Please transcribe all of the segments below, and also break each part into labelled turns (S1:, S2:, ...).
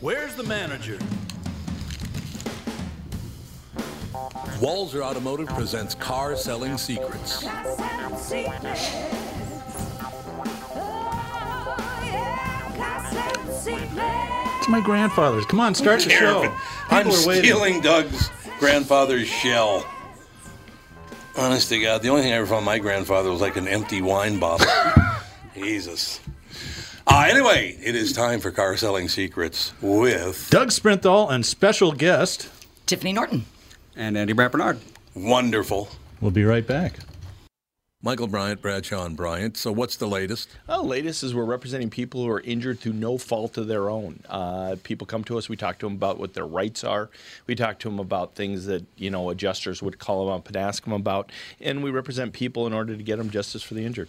S1: Where's the manager? Walzer Automotive presents Car Selling Secrets.
S2: It's my grandfather's. Come on, start the show. People
S3: I'm
S2: are waiting.
S3: stealing Doug's grandfather's shell. Honest to God, the only thing I ever found my grandfather was like an empty wine bottle. Jesus. Uh, anyway, it is time for Car Selling Secrets with
S2: Doug Sprinthal and special guest.
S4: Tiffany Norton.
S5: And Andy Brad Bernard.
S3: Wonderful.
S2: We'll be right back.
S3: Michael Bryant, Bradshaw and Bryant. So, what's the latest?
S6: Well, the latest is we're representing people who are injured through no fault of their own. Uh, people come to us. We talk to them about what their rights are. We talk to them about things that you know adjusters would call them up and ask them about. And we represent people in order to get them justice for the injured.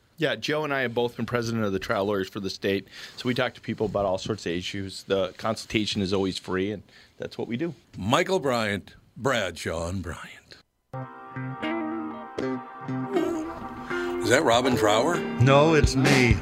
S6: Yeah, Joe and I have both been president of the trial lawyers for the state, so we talk to people about all sorts of issues. The consultation is always free, and that's what we do.
S3: Michael Bryant, Bradshaw and Bryant. Is that Robin Trower?
S2: No, it's me.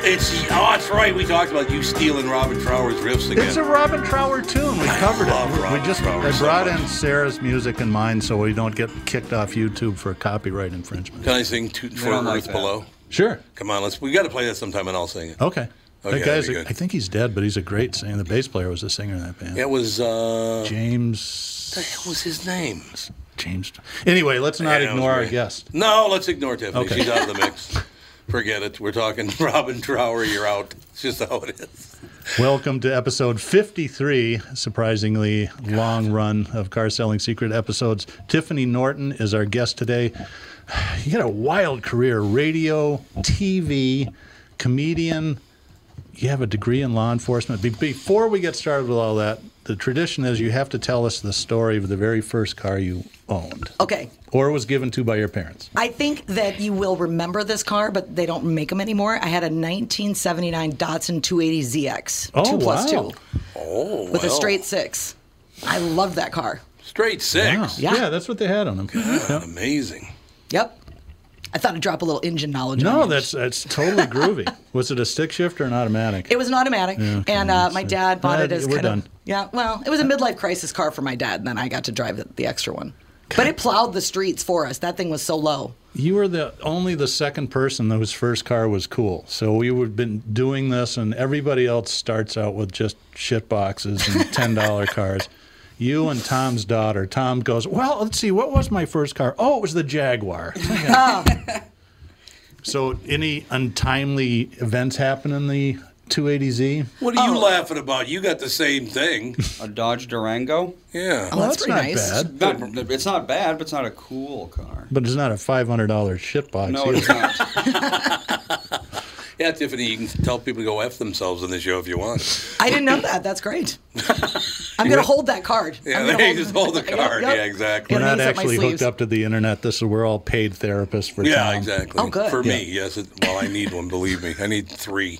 S3: It's oh, that's right. We talked about you stealing Robin Trower's riffs again.
S2: It's a Robin Trower tune. We covered
S3: love
S2: it.
S3: Robin
S2: we just
S3: Trower
S2: I
S3: so
S2: brought
S3: much.
S2: in Sarah's music and mine so we don't get kicked off YouTube for copyright infringement.
S3: Can I sing two, "For Earth
S5: don't like that.
S3: Below"?
S2: Sure.
S3: Come on, let's. We got to play that sometime, and I'll sing it.
S2: Okay.
S3: Okay,
S2: that guy's.
S3: that'd be
S2: A,
S3: good.
S2: I think he's dead, but he's a great singer. The bass player was a singer in that band.
S3: It was uh,
S2: James.
S3: what was his name?
S2: James. Anyway, let's not
S3: Yeah, it was
S2: ignore our
S3: great.
S2: guest.
S3: No, let's ignore Tiffany.
S2: Okay.
S3: She's out of the mix. Forget it. We're talking Robin Trower. You're out. It's just how it is.
S2: Welcome to episode 53, surprisingly long run of Car Selling Secret episodes. Tiffany Norton is our guest today. You got a wild career radio, TV, comedian. You have a degree in law enforcement. Be- before we get started with all that, the tradition is you have to tell us the story of the very first car you owned
S4: Okay.
S2: or was given to by your parents.
S4: I think that you will remember this car, but they don't make them anymore. I had a 1979 Datsun 280ZX,
S2: Oh,
S4: two plus
S2: wow.
S4: two,
S3: Oh,
S4: with a
S3: well.
S4: straight six. I love that car.
S3: straight six.
S2: Yeah.
S4: Yeah.
S2: that's what they had on them.
S3: Amazing.
S4: Yep. I thought I'd drop a little engine knowledge. on
S2: No,
S4: you.
S2: that's that's totally groovy. was it a stick shift or an automatic?
S4: It was an automatic,
S2: okay,
S4: and uh,
S2: that's
S4: my
S2: it.
S4: dad bought
S2: Uh,
S4: it as
S2: we're
S4: kind
S2: done.
S4: of yeah. Well, it was a midlife crisis car for my dad, and then I got to drive the, the extra one. But it plowed the streets for us. That thing was so low.
S2: you were the only the second person whose first car was cool. So we would been doing this, and everybody else starts out with just shit boxes and ten dollar cars. You and Tom's daughter. Tom goes, well, let's see, what was my first car? Oh, it was the Jaguar.
S4: Oh.
S2: so any untimely events happen in the 280Z?
S3: What
S4: Oh.
S3: are you laughing about? You got the same thing.
S5: A Dodge Durango.
S3: Yeah.
S4: Oh,
S2: that's
S4: that's pretty
S2: not
S4: nice.
S2: bad.
S5: Not, it's not bad, but it's not a cool car.
S2: But it's not a five hundred dollar shit box.
S5: No, it's
S2: either.
S5: not.
S3: Yeah, Tiffany, you can tell people to go F themselves on the show if you want.
S4: I didn't know that. That's great. I'm gonna hold that card.
S3: Yeah,
S4: I'm gonna
S3: they just hold the card.
S4: Yep.
S3: Yeah, exactly.
S2: We're not
S4: Got these up my
S2: actually hooked
S4: sleeves.
S2: up to the internet. This is we're all paid therapists for
S3: Yeah,
S2: Tom.
S3: exactly.
S4: Oh, good.
S3: For me, yes. It, well, I need one, believe me. I need three.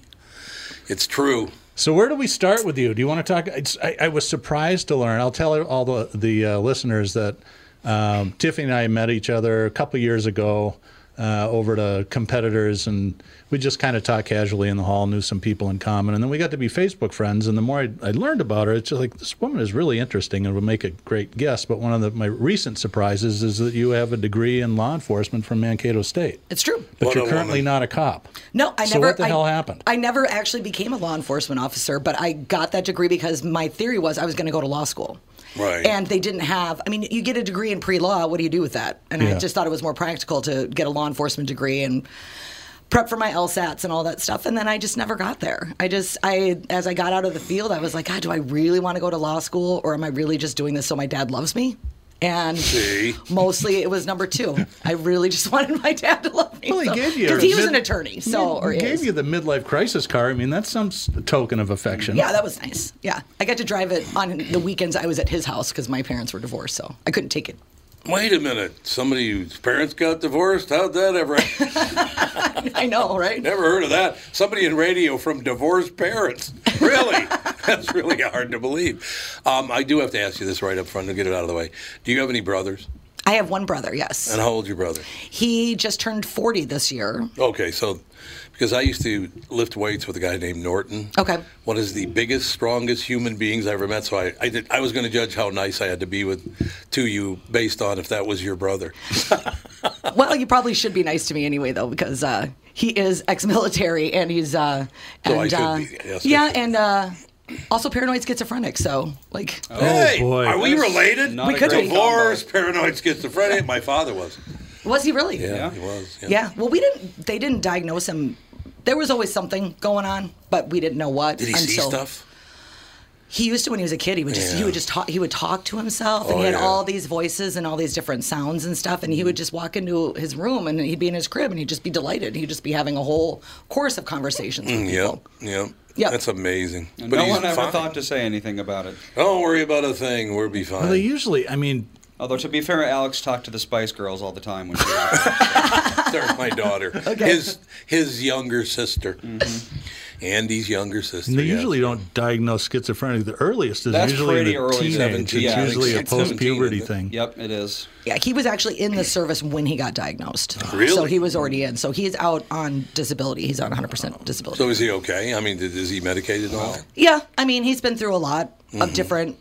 S3: It's true.
S2: So where do we start with you? Do you want to talk? It's, I, I was surprised to learn. I'll tell all the the uh, listeners that um, Tiffany and I met each other a couple years ago uh, over to competitors, and we just kind of talked casually in the hall, knew some people in common, and then we got to be Facebook friends. And the more I, I learned about her, it's just like this woman is really interesting and would make a great guest. But one of the, my recent surprises is that you have a degree in law enforcement from Mankato State,
S4: It's true.
S2: but
S3: What
S2: you're
S3: a
S2: currently
S3: woman.
S2: not a cop.
S4: No, I
S2: So
S4: never.
S2: what the
S4: I-
S2: hell happened?
S4: I never actually became a law enforcement officer, but I got that degree because my theory was I was going to go to law school.
S3: Right.
S4: And they didn't have. I mean, you get a degree in pre-law. What do you do with that? And
S2: Yeah.
S4: I just thought it was more practical to get a law enforcement degree and prep for my LSATs and all that stuff. And then I just never got there. I just, I as I got out of the field, I was like, God, do I really want to go to law school, or am I really just doing this so my dad loves me? And mostly it was number two. I really just wanted my dad to love me.
S2: Well, he gave you
S4: Because
S2: a
S4: he was
S2: mid-
S4: an attorney. So, or
S2: he gave
S4: is.
S2: you the midlife crisis car. I mean, that's some s- token of affection.
S4: Yeah, that was nice. Yeah. I got to drive it on the weekends I was at his house because my parents were divorced. So I couldn't take it.
S3: Wait a minute. Somebody whose parents got divorced? How'd that ever
S4: I know, right?
S3: Never heard of that. Somebody in radio from divorced parents. Really? That's really hard to believe. Um, I do have to ask you this right up front to get it out of the way. Do you have any brothers?
S4: I have one brother, yes.
S3: And how old's your brother?
S4: He just turned 40 this year.
S3: Okay, so because I used to lift weights with a guy named Norton.
S4: Okay.
S3: One of the biggest, strongest human beings I ever met. So I, I, did, I was going to judge how nice I had to be with to you based on if that was your brother.
S4: Well, you probably should be nice to me anyway, though, because uh, he is ex-military and he's uh, and
S3: So Oh, I should
S4: uh,
S3: be, yes.
S4: yeah, and uh, also paranoid schizophrenic. So, like,
S3: hey,
S2: boy.
S3: are we
S5: Oh, That's
S3: related?
S5: not We
S4: a could great be.
S3: Divorce, paranoid schizophrenia. My father was.
S4: was he really?
S3: Yeah,
S5: Yeah.
S3: he was.
S4: Yeah. Well, we didn't. They didn't diagnose him. There was always something going on, but we didn't know what.
S3: Did he see stuff?
S4: He used to when he was a kid. He would just
S3: Yeah.
S4: he would just talk. He would talk to himself, and
S3: Oh,
S4: he had
S3: yeah. Mm.
S4: all these voices and all these different sounds and stuff. And he would just walk into his room, and he'd be in his crib, and he'd just be delighted. He'd just be having a whole course of conversations. with
S3: Mm, Yeah,
S4: people.
S3: yeah.
S4: Yep.
S3: That's amazing. But
S5: no
S3: he's
S5: one ever
S3: fine.
S5: thought to say anything about it.
S3: Don't worry about a thing. We'll be fine.
S2: Well, they usually, I mean,
S5: Although to be fair, Alex talked to the Spice Girls all the time when she was
S3: They're my daughter. His his younger sister.
S4: Mm-hmm.
S3: Andy's younger sister.
S2: they
S3: yeah.
S2: usually don't diagnose schizophrenia. The earliest is
S5: That's
S2: usually
S5: pretty
S2: the
S5: early,
S2: teenage.
S5: 17,
S2: it's
S5: yeah, I think
S2: usually a
S3: it's 17,
S2: post-puberty
S3: isn't it?
S2: thing.
S5: Yep, it is.
S4: Yeah, he was actually in the service when he got diagnosed.
S3: Really?
S4: So he was already in. So he's out on disability. He's on 100% disability.
S3: So is he okay? I mean, did- is he medicated at all?
S4: yeah, I mean, he's been through a lot
S3: Mm-hmm.
S4: of different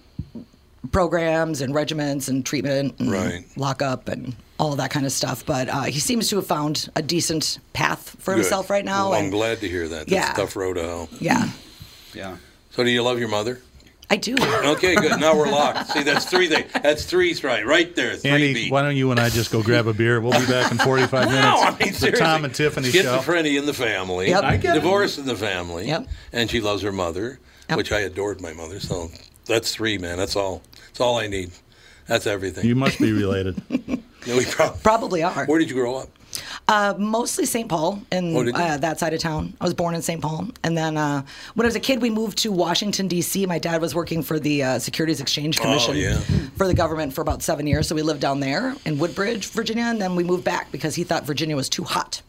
S4: programs and regiments and treatment and
S3: Right.
S4: lockup and all that kind of stuff. But uh, he seems to have found a decent path for
S3: Good.
S4: himself right now.
S3: Well, I'm
S4: and-
S3: glad to hear that. That's
S4: Yeah.
S3: a tough road to hell.
S4: Yeah,
S5: Yeah.
S3: So do you love your mother?
S4: I do.
S3: Okay, good. Now we're locked. See, that's three things. That's three right right there. Three
S2: Andy,
S3: beat.
S2: why don't you and I just go grab a beer? We'll be back in 45 minutes.
S3: No, I mean,
S2: It's the
S3: seriously.
S2: Tom and Tiffany show.
S3: Schizophrenia in the family.
S4: Yep. I
S2: get it.
S3: Divorce in the family.
S4: Yep.
S3: And she loves her mother,
S4: Yep.
S3: which I adored my mother. So that's three, man. That's all. That's all I need. That's everything.
S2: You must be related.
S3: No, we prob-
S4: Probably are.
S3: Where did you grow up?
S4: Uh, mostly St. Paul and
S3: Oh, did you?
S4: uh, that side of town. I was born in St. Paul, and then uh, when I was a kid, we moved to Washington D.C. My dad was working for the uh, Securities Exchange Commission
S3: Oh, yeah.
S4: for the government for about seven years, so we lived down there in Woodbridge, Virginia, and then we moved back because he thought Virginia was too hot.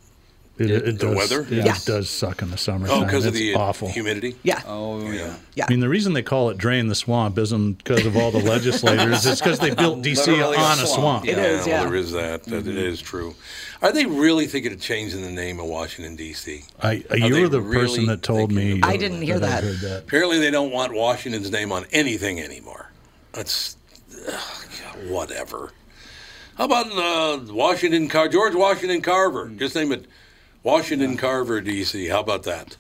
S2: It, it
S3: The
S2: does,
S3: weather?
S2: It
S4: Yeah.
S2: does suck in the summertime.
S3: Oh, because of
S2: It's
S3: the uh,
S2: awful.
S3: humidity.
S4: Yeah,
S5: Oh yeah.
S4: yeah.
S2: I mean, the reason they call it "drain the swamp" isn't because of all the legislators. It's because they built DC
S5: Literally a
S2: on a
S5: swamp.
S2: swamp. Mm-hmm.
S4: It is,
S3: well,
S4: yeah.
S3: there is that. That it is true. Are they really thinking of changing the name of Washington D.C.?
S2: I,
S3: they
S2: you were the
S3: really
S2: person that told
S3: thinking
S2: me.
S3: about
S4: I didn't hear
S2: I
S4: that.
S2: heard that.
S3: Apparently, they don't want Washington's name on anything anymore. That's ugh, God, whatever. How about uh, Washington Car George Washington Carver?
S2: Mm.
S3: Just name it Washington Carver, D.C. How about that?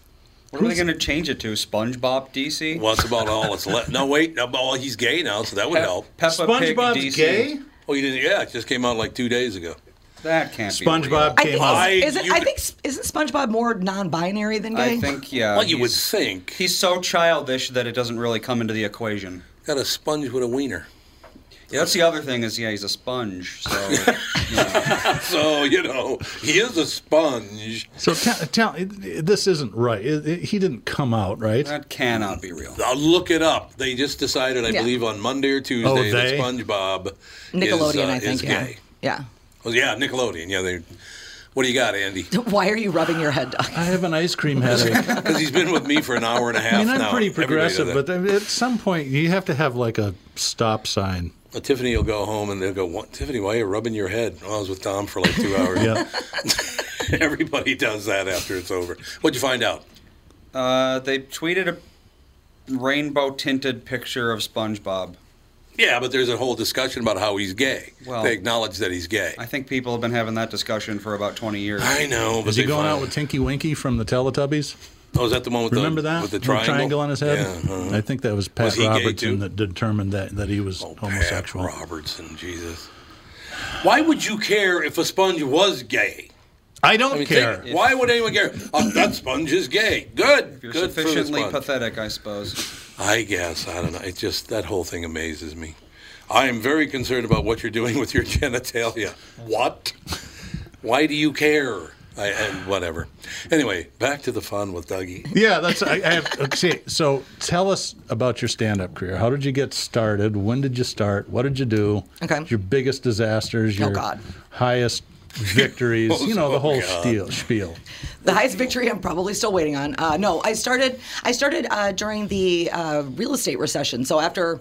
S5: What are they going to change it to? SpongeBob DC?
S3: Well, that's about all it's left. No, wait. No, well, he's gay now, so that would help.
S5: Peppa
S2: SpongeBob's
S5: Pig DC.
S2: gay?
S3: Oh, you didn't? Yeah, it just came out like two days ago.
S5: That can't be. real.
S2: SpongeBob
S4: I
S2: came
S4: think,
S2: out.
S3: I-
S4: is it,
S3: you-
S4: I think s- isn't SpongeBob more non-binary than gay?
S5: I think yeah.
S3: Well, you would
S5: he's-
S3: think
S5: He's so childish that it doesn't really come into the equation.
S3: got a sponge with a wiener.
S5: That's the other thing is yeah, he's a sponge. So you know.
S3: So you know he is a sponge.
S2: So tell, tell this isn't right. It- it- he didn't come out right.
S5: that cannot be real.
S3: I'll look it up. They just decided, I
S4: Yeah.
S3: believe, on Monday or Tuesday
S2: Oh,
S3: that
S2: they?
S3: SpongeBob
S4: Nickelodeon,
S3: is, uh,
S4: I
S3: is
S4: think. Yeah.
S3: gay.
S4: yeah.
S3: Well, yeah, Nickelodeon. Yeah, they. What do you got, Andy?
S4: Why are you rubbing your head? Doc?
S2: I have an ice cream headache.
S3: Because he's been with me for an hour and a half
S2: I mean, I'm
S3: now.
S2: pretty
S3: Everybody
S2: progressive,
S3: does
S2: but
S3: that.
S2: at some point you have to have like a stop sign.
S3: Well, Tiffany will go home and they'll go, "What, Tiffany? Why are you rubbing your head?" Well, I was with Tom for like two hours.
S2: Yeah.
S3: Everybody does that after it's over. What'd you find out?
S5: Uh, they tweeted a rainbow tinted picture of SpongeBob.
S3: Yeah, but there's a whole discussion about how he's gay.
S5: Well-
S3: they acknowledge that he's gay.
S5: I think people have been having that discussion for about 20 years.
S3: I know. But
S2: Is he
S3: they
S2: going out
S3: finally-
S2: with Tinky Winky from the Teletubbies?
S3: Oh, is that the one with
S2: Remember
S3: the
S2: that
S3: with the
S2: Little
S3: triangle?
S2: on his head?
S3: Yeah. uh-huh.
S2: I think that was Pat
S3: Was he gay, too?
S2: Robertson that determined that that he was
S3: Oh, Pat
S2: homosexual.
S3: Robertson, Jesus. Why would you care if a sponge was gay?
S2: I don't
S3: I mean,
S2: care.
S3: think- why would anyone care? Oh, that sponge is gay. Good. Good
S5: You're
S3: for the
S5: sufficiently
S3: sponge.
S5: pathetic, I suppose.
S3: I guess I don't know. It just that whole thing amazes me. I am very concerned about what you're doing with your genitalia. What? Why do you care? I, and whatever. Anyway, back to the fun with Dougie.
S2: Yeah, that's. I, I have. Okay, so tell us about your stand-up career. How did you get started? When did you start? What did you do?
S4: Okay.
S2: Your biggest disasters.
S4: Oh,
S2: Your
S4: God.
S2: highest victories. you know the
S3: Oh,
S2: whole
S3: God.
S2: steal, spiel.
S4: the highest victory I'm probably still waiting on. Uh, no, I started. I started uh, during the uh, real estate recession. So after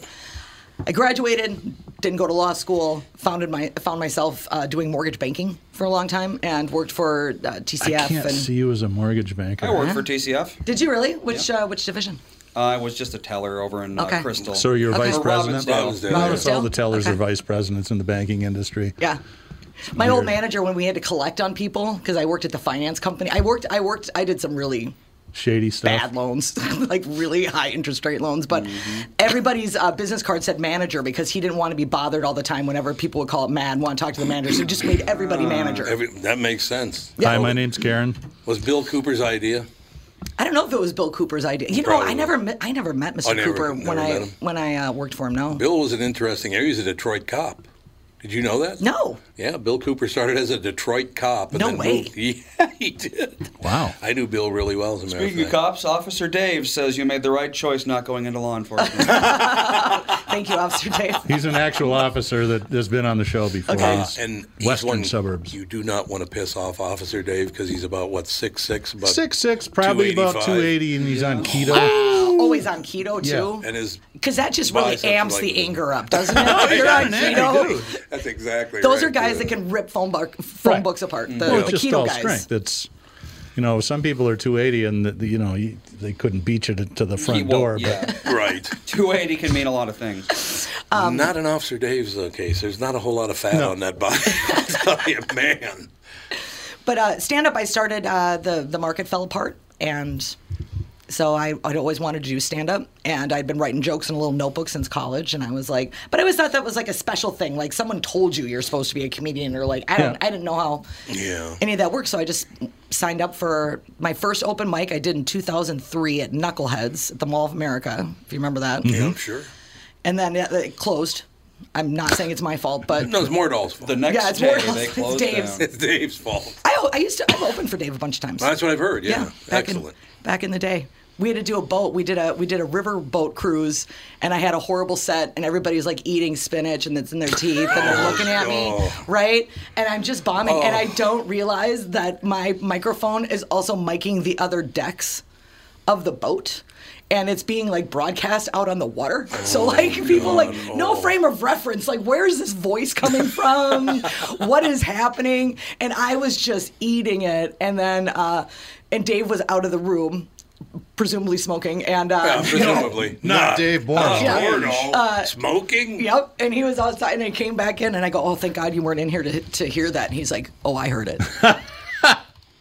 S4: I graduated, didn't go to law school, founded my found myself uh, doing mortgage banking for a long time, and worked for uh, TCF.
S2: I can't
S4: and
S2: see you as a mortgage banker.
S5: I worked for TCF.
S4: Did you really? Which uh, which division?
S5: I was just a teller over in uh,
S4: Okay.
S5: Crystal.
S2: So you're
S4: Okay.
S2: vice
S4: Or
S2: president.
S3: Robbinsdale.
S2: Notice all the
S4: Robbinsdale?
S2: tellers are
S4: Okay.
S2: vice presidents in the banking industry.
S4: Yeah. My old
S2: Weird.
S4: manager, when we had to collect on people, because I worked at the finance company, I worked, I worked, I did some really
S2: Shady stuff.
S4: bad loans, like really high interest rate loans. But
S3: Mm-hmm.
S4: everybody's uh, business card said manager because he didn't want to be bothered all the time whenever people would call it mad and want to talk to the manager. So he just made
S3: Uh,
S4: everybody manager.
S3: Every, that makes sense.
S2: Hi, my name's Karen.
S3: Was Bill Cooper's idea?
S4: I don't know if it was Bill Cooper's idea. You know, I
S3: Probably.
S4: never met, I never met Mr.
S3: I never-
S4: Cooper
S3: never
S4: when
S3: met
S4: I
S3: him.
S4: when I uh, worked for him. No,
S3: Bill was an interesting. He was a Detroit cop. Did you know that?
S4: no.
S3: Yeah, Bill Cooper started as a Detroit cop. And
S4: No
S3: then
S4: way.
S3: Moved, yeah, he did.
S2: Wow.
S3: I knew Bill really well. As a matter
S5: Speaking
S3: of
S5: of
S3: fact.
S5: cops, Officer Dave says you made the right choice not going into law enforcement.
S4: Thank you, Officer Dave.
S2: He's an actual officer that has been on the show before.
S4: Okay.
S2: He's
S3: and he's
S2: Western
S3: one-
S2: suburbs.
S3: You do not want to piss off Officer Dave because he's about what six six, but
S2: six six, probably about
S3: 285.
S2: two eighty, and he's on keto.
S4: Always on keto too.
S3: And his
S4: Because that just really
S3: Biceps
S4: amps
S3: like-
S4: the anger up, doesn't it? You're on keto.
S3: that's exactly.
S4: Those
S3: right,
S4: are guys
S3: yeah.
S4: that can rip phone, bar- phone
S2: Right.
S4: books apart. The,
S2: Mm-hmm. Well,
S4: the
S2: it's just
S4: keto
S2: all
S4: guys.
S2: strength. It's you know, some people are two eighty, and the, the- you know you, they couldn't beat you to, to the front
S5: won't-
S2: door.
S5: yeah.
S3: Right.
S5: 280 can mean a lot of things.
S4: Um,
S3: not an Officer Dave's uh, case. There's not a whole lot of fat on that body. I'll tell you, man.
S4: But uh, stand up, I started. Uh, the the market fell apart, and so I I'd always wanted to do stand up, and I'd been writing jokes in a little notebook since college, and I was like, but I always thought that was like a special thing, like someone told you you're supposed to be a comedian, or like I don't
S2: Yeah.
S4: I didn't know how
S3: Yeah.
S4: any of that worked, so I just signed up for my first open mic I did in 2003 at Knuckleheads at the Mall of America, if you remember that,
S3: Yeah, I'm sure.
S4: and then it, it closed. I'm not saying it's my fault, but
S3: No, it's Mordall's fault.
S5: The next
S4: Yeah, it's
S5: day
S4: more-
S5: they
S4: it's
S5: closed
S4: Dave's.
S5: down.
S3: it's Dave's fault.
S4: I, I used to I've opened for Dave a bunch of times.
S3: That's what I've heard. Yeah.
S4: back
S3: Excellent.
S4: in back in the day. We had to do a boat. We did a we did a river boat cruise, and I had a horrible set, and everybody was like eating spinach, and it's in their teeth, and they're looking at me,
S3: Oh, no. Oh.
S4: right? And I'm just bombing, and I don't realize that my microphone is also miking the other decks of the boat, and it's being like broadcast out on the water. so like people like no
S3: no.
S4: frame of reference, like where is this voice coming from? what is happening? And I was just eating it, and then uh, and Dave was out of the room, presumably smoking, and uh,
S3: Yeah, presumably.
S2: Not Dave Born.
S3: Not
S4: Yeah. Uh,
S3: Bornall. Smoking?
S4: Yep, and he was outside, and I came back in, and I go, "Oh, thank God you weren't in here to, to hear that." And he's like, "Oh, I heard it.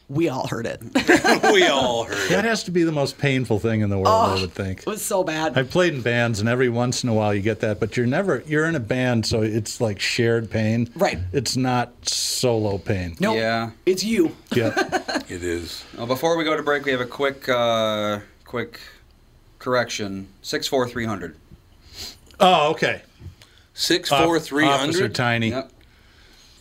S4: we all heard it. it
S3: we all heard it.
S2: That has to be the most painful thing in the world,
S4: Oh.
S2: I would think.
S4: was so bad."
S2: I've played in bands, and every once in a while you get that, but you're never you're in a band, so it's like shared pain.
S4: Right.
S2: It's not solo pain.
S4: no,
S5: Yeah.
S4: it's you.
S2: Yeah.
S3: It is.
S5: Well, before we go to break, we have a quick, uh, quick correction. Six four three hundred.
S2: oh, okay.
S3: Six
S2: Off-
S3: four three
S2: Officer
S3: hundred.
S2: Tiny.
S5: Yep.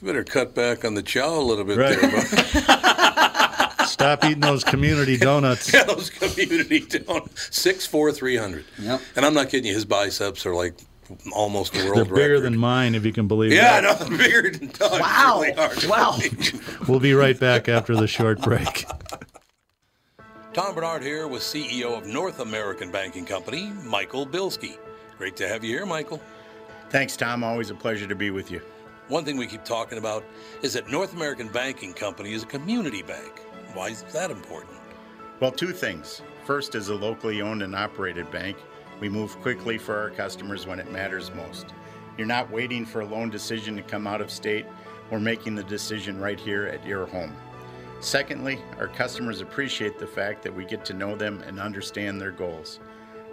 S3: You better cut back on the chow a little bit
S2: Right.
S3: there. bud.
S2: Stop eating those community donuts.
S3: Yeah, those community down. Six four three hundred.
S5: Yep.
S3: And I'm not kidding you. His biceps are like almost world
S2: They're bigger
S3: record.
S2: than mine, if you can believe
S3: Yeah,
S2: that.
S3: no, bigger than Doug.
S4: Wow.
S3: Really hard.
S4: Wow.
S2: We'll be right back after the short break.
S3: Tom Bernard here with CEO of North American Banking Company, Michael Bilski. Great to have you here, Michael.
S7: Thanks, Tom. Always a pleasure to be with you.
S3: One thing we keep talking about is that North American Banking Company is a community bank. Why is that important?
S7: Well, two things. First, as a locally owned and operated bank, we move quickly for our customers when it matters most. You're not waiting for a loan decision to come out of state, we're making the decision right here at your home. Secondly, our customers appreciate the fact that we get to know them and understand their goals.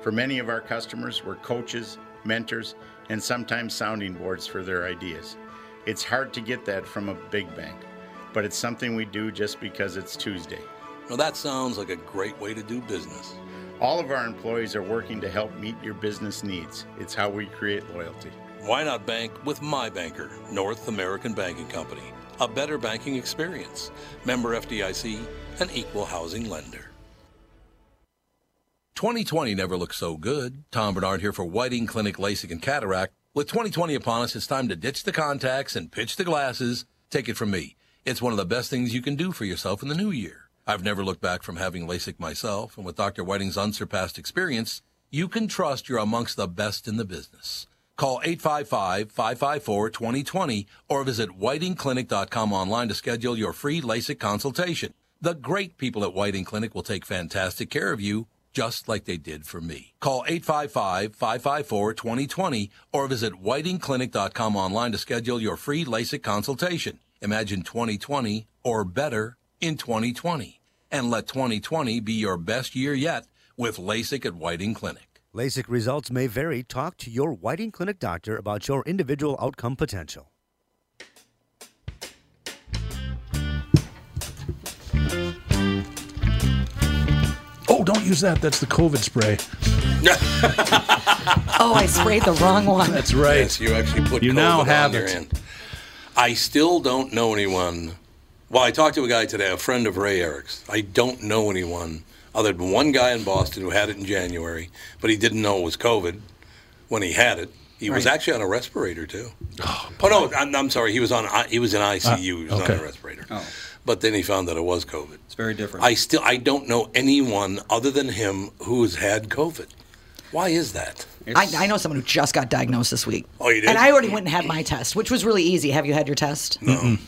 S7: For many of our customers, we're coaches, mentors, and sometimes sounding boards for their ideas. It's hard to get that from a big bank, but it's something we do just because it's Tuesday.
S3: Well, that sounds like a great way to do business.
S7: All of our employees are working to help meet your business needs. It's how we create loyalty.
S3: Why not bank with my banker, North American Banking Company? A better banking experience. Member FDIC, an equal housing lender. 2020 never looked so good. Tom Bernard here for Whiting Clinic LASIK and Cataract. With 2020 upon us, it's time to ditch the contacts and pitch the glasses. Take it from me. It's one of the best things you can do for yourself in the new year. I've never looked back from having LASIK myself, and with Dr. Whiting's unsurpassed experience, you can trust you're amongst the best in the business. Call 855 554 2020 or visit whitingclinic.com online to schedule your free LASIK consultation. The great people at Whiting Clinic will take fantastic care of you, just like they did for me. Call 855 554 2020 or visit whitingclinic.com online to schedule your free LASIK consultation. Imagine 2020 or better in 2020. And let 2020 be your best year yet with LASIK at Whiting Clinic.
S8: LASIK results may vary. Talk to your Whiting Clinic doctor about your individual outcome potential.
S2: Oh, don't use that. That's the COVID spray.
S4: Oh, I sprayed the wrong one.
S2: That's right.
S3: Yes, you actually put
S2: You
S3: COVID
S2: now have
S3: on your
S2: it.
S3: end. I still don't know anyone. Well, I talked to a guy today, a friend of Ray Eric's. I don't know anyone other than one guy in Boston who had it in January, but he didn't know it was COVID when he had it. He was
S4: Right.
S3: actually on a respirator too. Oh, no, I'm, I'm sorry. He was on I- he was in ICU. he was
S2: Uh, okay.
S3: on a respirator. But then he found that it was COVID.
S5: It's very different.
S3: I still I don't know anyone other than him who's had COVID. Why is that?
S4: I, I know someone who just got diagnosed this week.
S3: Oh, you did?
S4: And I already went and had my test, which was really easy. Have you had your test? No.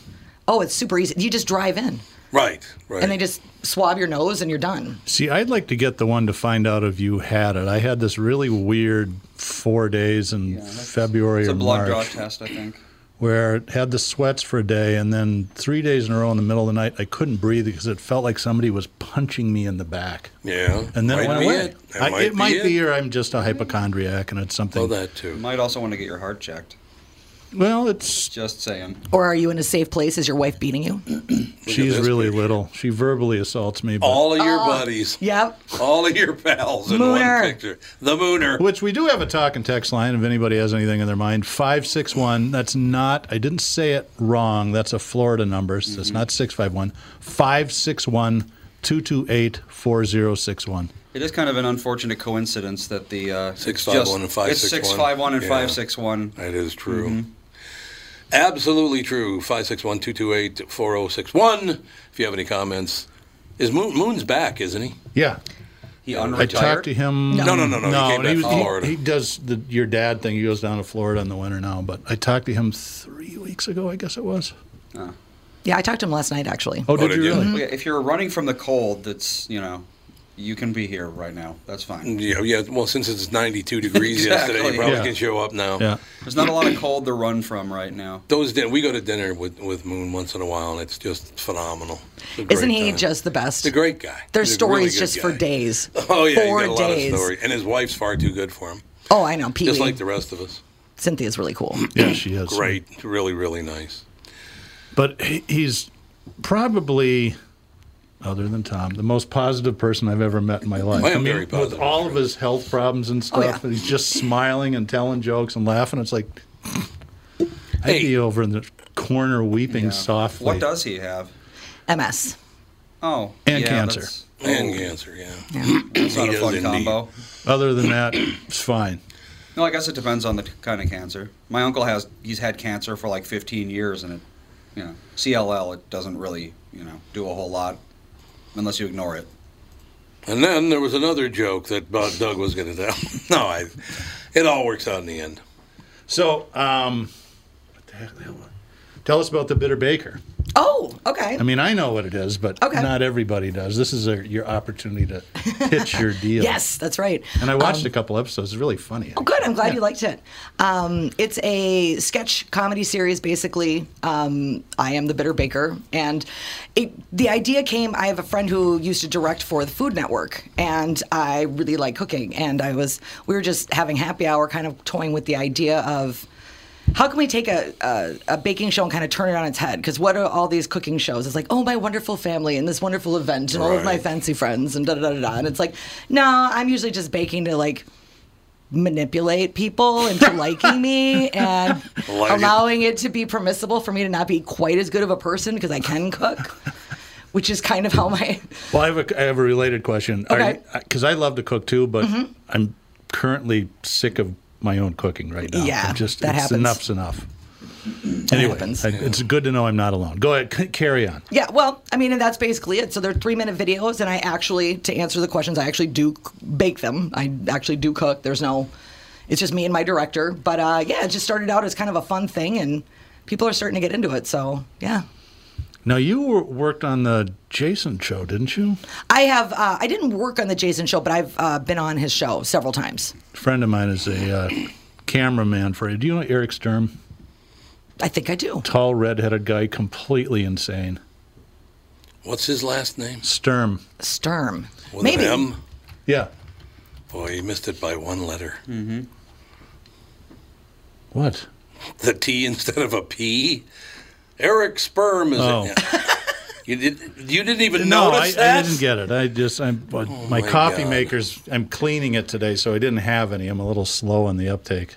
S4: Oh, it's super easy. You just drive in
S3: Right, right.
S4: and they just swab your nose and you're done.
S2: See, I'd like to get the one to find out if you had it. I had this really weird four days in February
S5: it's a
S2: or
S5: blood draw
S2: March
S5: test, I think.
S2: where I had the sweats for a day, and then three days in a row in the middle of the night, I couldn't breathe because it felt like somebody was punching me in the back.
S3: Yeah.
S2: And then
S3: might
S2: it went
S3: be
S2: away.
S3: It, That
S2: I,
S3: might
S2: it might be,
S3: it.
S2: or I'm just a hypochondriac and it's something.
S3: Oh, that too.
S5: You might also want to get your heart checked.
S2: well, it's
S5: Just saying.
S4: Or are you in a safe place? Is your wife beating you?
S3: Mm.
S2: she's
S3: this
S2: really little. She verbally assaults me, but,
S3: All of your
S4: Oh.
S3: buddies,
S4: Yep.
S3: all of your pals in
S4: Mooner.
S3: one picture. The Mooner.
S2: which we do have a talk and text line. If anybody has anything in their mind, five six one. That's not. I didn't say it wrong. That's a Florida number. So
S3: Mm-hmm.
S2: It's not six five one. Five six one two two eight four zero six one.
S5: It is kind of an unfortunate coincidence that the uh,
S3: Six
S5: it's
S3: five
S5: just-
S3: one and five
S5: It's
S3: six
S5: six
S3: one.
S5: five one and
S3: Yeah.
S5: five six one.
S3: That is true.
S2: Mm-hmm.
S3: Absolutely true. 561 228 4061. If you have any comments, is Moon, Moon's back, isn't he?
S2: Yeah,
S5: He
S2: I
S5: unretired.
S2: talked to him.
S3: No, no, no, no. he came
S2: and he,
S3: back from
S2: was- he-
S3: Florida.
S2: he does the, your dad thing. He goes down to Florida in the winter now. But I talked to him three weeks ago, I guess it was.
S4: Yeah, I talked to him last night actually.
S2: Oh, did
S3: did
S2: you
S3: you? Mm-hmm.
S2: really?
S5: Well, yeah, if you're running from the cold, that's you know, you can be here right now. That's fine.
S3: yeah, yeah. Well, since it's 92 degrees yesterday,
S5: Exactly.
S3: he probably
S2: Yeah.
S3: can show up now.
S2: Yeah.
S5: There's not a lot of cold to run from right now.
S3: Those din- we go to dinner with, with Moon once in a while, and it's just phenomenal. It's a
S4: Isn't
S3: great
S4: he
S3: time.
S4: just the best?
S3: He's a great guy?
S4: There's
S3: He's a really
S4: stories
S3: good
S4: just
S3: guy.
S4: for days.
S3: Oh yeah,
S4: four
S3: he got a
S4: days.
S3: lot of story, and his wife's far too good for him,
S4: Oh, I know. Pee
S3: just
S4: Wee.
S3: like the rest of us.
S4: Cynthia's really cool.
S2: Yeah, she is.
S3: Great, really, really nice.
S2: But he- he's probably, other than Tom, the most positive person I've ever met in my life.
S3: I am very positive,
S2: With all of his health problems and stuff,
S4: Oh, yeah.
S2: and he's just smiling and telling jokes and laughing. It's like, I'd
S3: Hey.
S2: be over in the corner weeping softly.
S5: What does he have?
S4: MS.
S5: Oh,
S2: And
S5: yeah,
S2: cancer.
S5: that's-
S3: And cancer, yeah.
S5: That's not
S3: He
S5: a fun
S3: does indeed.
S5: combo.
S2: Other than that, it's fine.
S5: No, I guess it depends on the t- kind of cancer. My uncle has he's had cancer for like 15 years, and it, you know, CLL it doesn't really you know do a whole lot unless you ignore it.
S3: And then there was another joke that uh, Doug was going to tell. no, I, it all works out in the end.
S2: So, um, what the heck that was? Tell us about the bitter baker.
S4: Oh, okay.
S2: I mean, I know what it is, but
S4: Okay.
S2: not everybody does. This is a, your opportunity to pitch your deal.
S4: yes, Um, that's right.
S2: And I watched a couple episodes. It's really funny.
S4: Oh, good. I'm glad you liked it. Um, it's a sketch comedy series, basically. Um, I am the bitter baker, and it, the idea came. I have a friend who used to direct for the Food Network, and I really like cooking. And I was, we were just having happy hour, kind of toying with the idea of how can we take a, a, a baking show and kind of turn it on its head? Because what are all these cooking shows? It's like, oh, my wonderful family and this wonderful event and all of my
S3: Right.
S4: fancy friends and da da da da. da. And it's like, no, I'm usually just baking to like manipulate people into liking me and allowing it to be permissible for me to not be quite as good of a person because I can cook, which is kind of how my
S2: Well, I have a, I have a related question.
S4: Okay. Mm-hmm.
S2: Because I love to cook too, but I'm currently sick of my own cooking right now.
S4: Yeah,
S2: I'm just
S4: that
S2: it's
S4: happens.
S2: enough's enough. anyway,
S4: happens.
S2: I- it's good to know I'm not alone. Go ahead, c- carry on.
S4: Yeah, well, I mean, and that's basically it. So they're three minute videos, and I actually, to answer the questions, I actually do c- bake them. I actually do cook. There's no, it's just me and my director. But uh, yeah, it just started out as kind of a fun thing, and people are starting to get into it. So yeah.
S2: Now you wor- worked on the Jason show, didn't you?
S4: I have, uh, I didn't work on the Jason show, but I've uh, been on his show several times.
S2: A friend of mine is a uh, cameraman for. Do you know Eric Sturm?
S4: I think I do.
S2: Tall, red-headed guy, completely insane.
S3: What's his last name?
S2: Sturm.
S4: Sturm.
S3: With
S4: Maybe.
S3: an M?
S2: Yeah.
S3: Boy, he missed it by one letter.
S2: Hmm. What?
S3: The T instead of a P. Eric Sperm is
S2: Oh.
S3: it? You did. You didn't even
S2: No, I, I
S3: notice that. Oh
S2: didn't get it. I just I'm but my,
S3: my
S2: coffee
S3: God.
S2: makers. I'm cleaning it today, so I didn't have any. I'm a little slow on the uptake.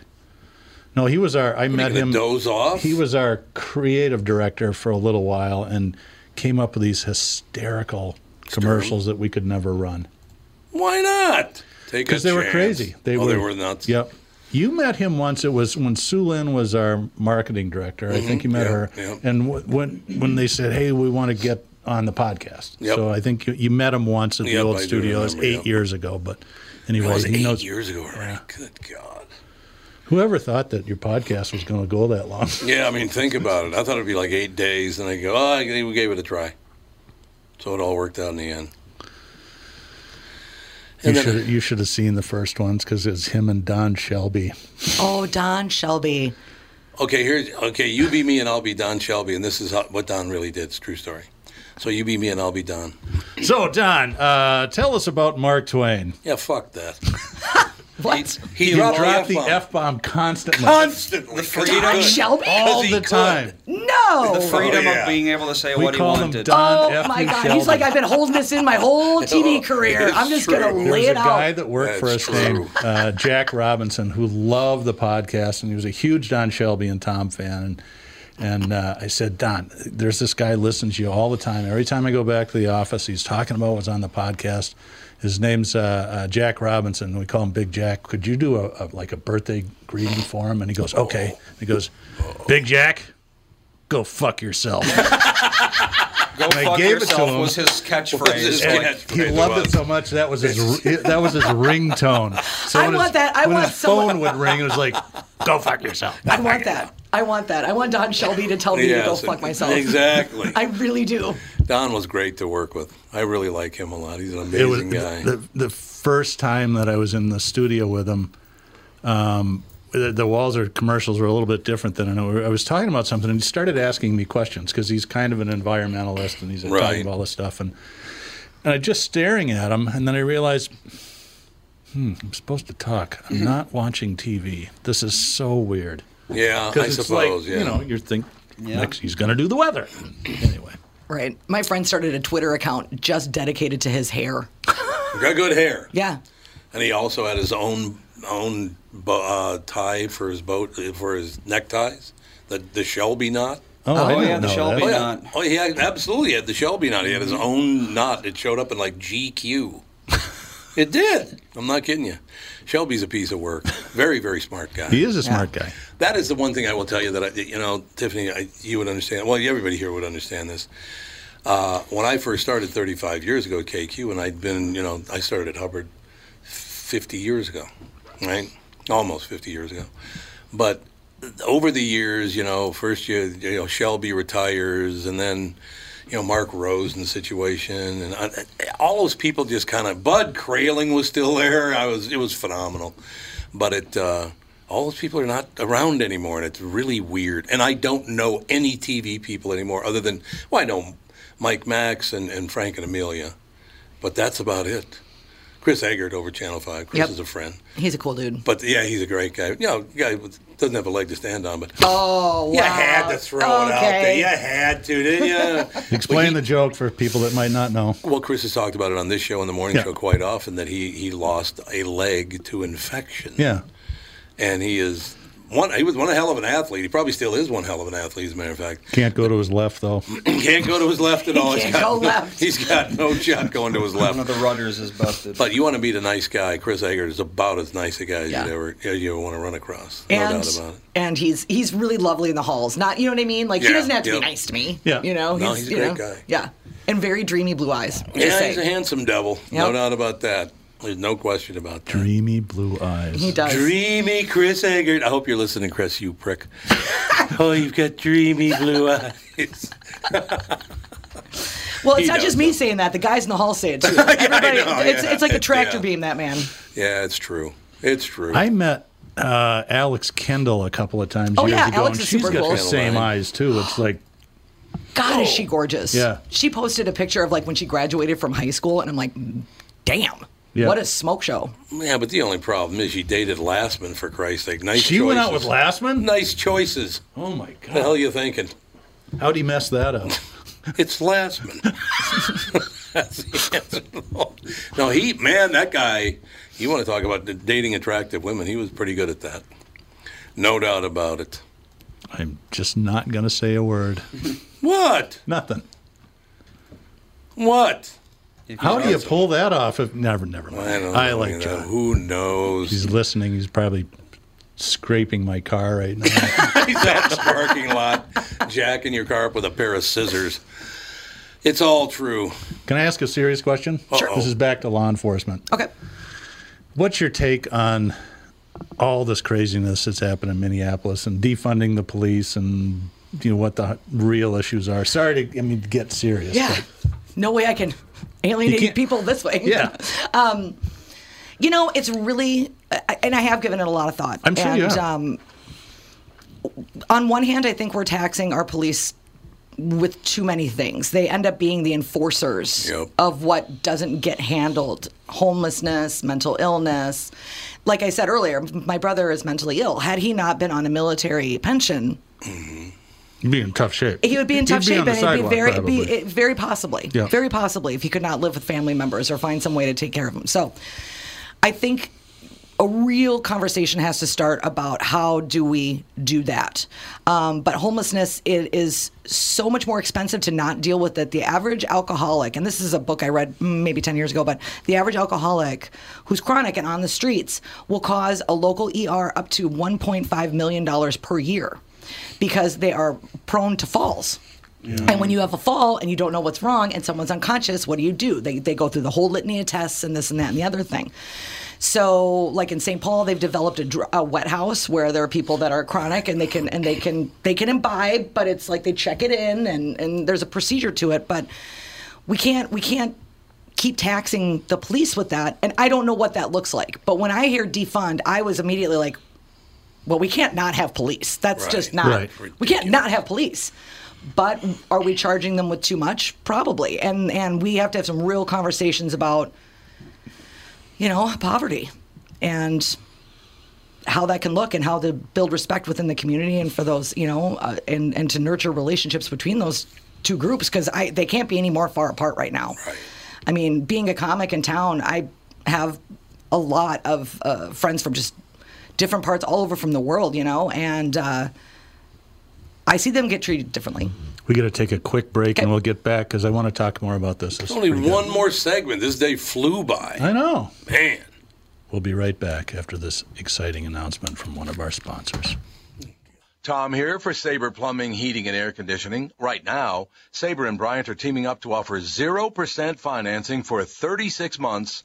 S2: No, he was our. I met
S3: gonna
S2: him.
S3: doze off?
S2: He was our creative director for a little while, and came up with these hysterical commercials that we could never run
S3: Why not? Take
S2: because
S3: a
S2: they were
S3: chance.
S2: crazy. They
S3: Oh,
S2: were
S3: They were nuts.
S2: Yep. You met him once. It was when Sue Lin was our marketing director. I think you met
S3: Mm-hmm. Yeah,
S2: her.
S3: yeah.
S2: And w- when when they said, "Hey, we want to get on the podcast,"
S3: Yep.
S2: so I think you, you met him once at the
S3: Yep,
S2: old
S3: I do
S2: studio. It was
S3: remember,
S2: eight
S3: yep.
S2: years ago, but
S3: That
S2: anyway,
S3: was
S2: he
S3: eight
S2: knows.
S3: years ago already. Good God.
S2: Whoever thought that your podcast was going to go that long?
S3: Yeah, I mean, think about it. I thought it'd be like eight days, and I go, oh, I think we gave it a try. So it all worked out in the end.
S2: you
S3: And then-
S2: should you should have seen the first ones because it's him and Don Shelby.
S4: Oh, Don Shelby.
S3: Okay, here's okay. You be me, and I'll be Don Shelby, and this is how, what Don really did. It's a true story. So you be me, and I'll be Don.
S2: So Don, uh, tell us about Mark Twain.
S3: Yeah, fuck that.
S4: What?
S3: He,
S2: He dropped the
S3: F-bomb
S2: f bomb constantly.
S3: constantly.
S4: Don Shelby?
S2: all
S3: 'Cause he
S2: the
S3: could.
S2: time.
S4: No.
S5: The freedom
S3: Oh, yeah.
S5: of being able to say
S2: We
S5: what he
S2: call him
S5: wanted.
S2: Don
S4: Oh
S2: F.
S4: my God!
S2: Shelby.
S4: He's like I've been holding this in my whole TV career.
S3: It's
S4: I'm just gonna
S3: Oh, true.
S2: There
S4: lay
S2: was a
S4: it
S2: guy
S4: out.
S2: that worked for us
S3: That's
S2: named
S3: true.
S2: uh, Jack Robinson who loved the podcast, and he was a huge Don Shelby and Tom fan. And and uh, I said, Don, there's this guy listens to you all the time. Every time I go back to the office, he's talking about what's on the podcast. His name's uh, uh, Jack Robinson. We call him Big Jack. Could you do a, a like a birthday greeting for him? And he goes, okay. he goes, Big Jack, go fuck yourself.
S5: Go
S2: I
S5: fuck
S2: gave it to
S5: yourself
S2: him.
S5: was his catchphrase.
S3: his
S5: Like,
S3: catch-
S2: he
S3: It
S2: loved
S3: was.
S2: it so much that was his that was his ringtone. So
S4: I
S2: when
S4: want
S2: his,
S4: that. I
S2: when
S4: want
S2: his
S4: someone-
S2: phone would ring. It was like, "Go fuck yourself."
S4: I want that. I want that. I want Don Shelby to tell me to go
S3: Yes,
S4: fuck myself.
S3: Exactly.
S4: I really do.
S3: Don was great to work with. I really like him a lot. He's an
S2: It was
S3: amazing guy.
S2: the the first time that I was in the studio with him. Um, the, the walls or commercials were a little bit different than I know. I was talking about something, and he started asking me questions because he's kind of an environmentalist, and he's
S3: Right.
S2: talking about all this stuff. And and I just staring at him, and then I realized, hmm, I'm supposed to talk.
S3: Mm-hmm.
S2: I'm not watching TV. This is so weird.
S3: yeah, I
S2: Because it's
S3: suppose.
S2: like,
S3: yeah.
S2: you know, you're thinking next he's going to do the weather. Anyway,
S4: Right. My friend started a Twitter account just dedicated to his hair.
S3: got good hair.
S4: Yeah.
S3: And he also had his own own bo- uh, tie for his boat for his neckties, the the Shelby knot.
S2: oh,
S5: Oh,
S2: I didn't
S5: yeah, the
S2: know
S5: Shelby
S2: that.
S3: yeah,
S5: knot.
S3: oh he had, absolutely had the Shelby knot. He had his own knot. It showed up in like GQ. it did. I'm not kidding you. Shelby's a piece of work. Very very smart guy.
S2: He is a smart guy.
S3: That is the one thing I will tell you that I, you know, Tiffany, I, you would understand. Well, everybody here would understand this. Uh, when I first started 35 years ago at KQ, and I'd been, you know, I started at Hubbard 50 years ago, right? Almost 50 years ago. But over the years, you know, first you, you know, Shelby retires, and then, you know, Mark Rosen situation, and I, all those people just kind of. Bud Kraling was still there. I was, it was phenomenal, but it. Uh, all those people are not around anymore, and it's really weird. And I don't know any TV people anymore, other than well, I know Mike Max and, and Frank and Amelia, but that's about it. Chris Eggert over Channel Five. Chris
S4: Yep.
S3: is a friend,
S4: He's a cool dude.
S3: but yeah, he's a great guy. You know, guy with- doesn't have a leg to stand on, but
S4: Oh, wow.
S3: you had to throw it out there.
S4: Okay.
S3: You had to, didn't you?
S2: Explain the joke for people that might not know.
S3: well, Chris has talked about it on this show and the morning
S2: Yeah.
S3: show quite often that he he lost a leg to infection.
S2: Yeah.
S3: and he is one. He was one hell of an athlete. He probably still is one hell of an athlete, as a matter of fact.
S2: Can't go to his left though.
S3: He can't go to his left at all.
S4: can't
S3: he's got,
S4: go left.
S3: He's got no shot going to his
S5: One of
S3: left.
S5: the rudders is busted.
S3: But you want to meet a nice guy. Chris Eggert is about as nice a guy as
S4: Yeah.
S3: you'd ever as you ever want to run across. No
S4: and
S3: doubt about it.
S4: and he's he's really lovely in the halls. Not you know what I mean? Like he
S3: Yeah,
S4: doesn't have to
S3: yeah.
S4: be nice to me.
S2: Yeah.
S4: you know.
S3: No, he's a
S4: you
S3: great
S4: know,
S3: guy.
S4: Yeah, and very dreamy blue eyes. Just
S3: Yeah,
S4: saying.
S3: he's a handsome devil. No
S4: Yep.
S3: doubt about that. There's no question about that.
S2: Dreamy blue eyes.
S4: he does.
S3: Dreamy Chris Eggert. I hope you're listening, Chris, you prick. oh, you've got dreamy blue eyes.
S4: well, it's
S3: he
S4: not
S3: does,
S4: just me
S3: though.
S4: saying that. The guys in the hall say it too. Everybody,
S3: know,
S4: it's,
S3: yeah.
S4: it's like a tractor
S3: Yeah.
S4: beam. That man.
S3: Yeah, it's true. It's true.
S2: I met uh, Alex Kendall a couple of times
S4: Oh,
S2: years
S4: yeah,
S2: ago,
S4: Alex
S2: and
S4: is
S2: she's
S4: super
S2: got
S4: cool.
S2: the same eyes too. It's like
S4: God, is she gorgeous?
S2: Yeah.
S4: She posted a picture of like when she graduated from high school, and I'm like, damn,
S2: Yeah.
S4: what a smoke show.
S3: yeah, but the only problem is you dated Lastman, for Christ's sake. Nice
S2: she
S3: choices.
S2: went out with Lastman.
S3: Nice choices.
S2: Oh my
S3: The hell
S2: god!
S3: you thinking?
S2: How'd he mess that up?
S3: It's Lastman. That's the answer. No, he man, that guy. You want to talk about dating attractive women? He was pretty good at that. No doubt about it.
S2: I'm just not gonna say a word.
S3: What?
S2: Nothing.
S3: What?
S5: If
S2: How do you
S5: know,
S2: pull that off? If never, never mind.
S3: I don't.
S2: I
S3: know,
S2: like
S3: you know,
S2: John.
S3: Who knows?
S2: He's listening. He's probably scraping my car right now.
S3: He's out in the parking lot, jacking your car up with a pair of scissors. It's all true.
S2: Can I ask a serious question?
S3: Sure.
S2: This is back to law enforcement.
S4: Okay.
S2: What's your take on all this craziness that's happened in Minneapolis and defunding the police and you know what the real issues are? Sorry to I mean get serious.
S4: Yeah.
S2: but-
S4: No way I can
S2: You can't-
S4: alienate people this way.
S2: yeah.
S4: You know, it's really, I- and I have given it a lot of thought.
S2: I'm sure
S4: and,
S2: you have.
S4: Um, on one hand, I think we're taxing our police with too many things. They end up being the enforcers
S3: Yep.
S4: of what doesn't get handled homelessness, mental illness. Like I said earlier, my brother is mentally ill. Had he not been on a military pension,
S2: You'd be in tough shape.
S4: he would be in
S2: You'd
S4: tough shape,
S2: on the
S4: and it'd be
S2: sidewalk,
S4: very, it'd be,
S2: probably.
S4: it, very possibly,
S2: Yeah.
S4: very possibly, if he could not live with family members or find some way to take care of them. So, I think a real conversation has to start about how do we do that. Um, but homelessness it is so much more expensive to not deal with it. The average alcoholic, and this is a book I read mm, maybe ten years ago, but the average alcoholic who's chronic and on the streets will cause a local ER up to one point five million dollars per year because they are prone to falls. And when you have a fall and you don't know what's wrong and someone's unconscious, what do you do? They, they go through the whole litany of tests and this and that and the other thing. So, like in St. Paul, they've developed a, dr- a wet house where there are people that are chronic and they can and they can they can imbibe, but it's like they check it in and and there's a procedure to it. But we can't we can't keep taxing the police with that. And I don't know what that looks like. But when I hear defund, I was immediately like, well, we can't not have police. That's
S3: Right.
S4: just not.
S2: Right.
S4: We can't not have police. But are we charging them with too much? Probably. And and we have to have some real conversations about, you know, poverty, and how that can look, and how to build respect within the community, and for those, you know, uh, and and to nurture relationships between those two groups because I they can't be any more far apart right now.
S3: Right.
S4: I mean, being a comic in town, I have a lot of uh, friends from just different parts all over from the world, you know, and uh, I see them get treated differently.
S2: We got to take a quick break and
S4: Okay.
S2: we'll get back because I want to talk more about this. This is
S3: Only
S2: pretty good.
S3: one more segment. This day flew by.
S2: I know.
S3: Man.
S2: We'll be right back after this exciting announcement from one of our sponsors.
S1: Tom here for Sabre Plumbing, Heating, and Air Conditioning. Right now, Sabre and Bryant are teaming up to offer 0% financing for 36 months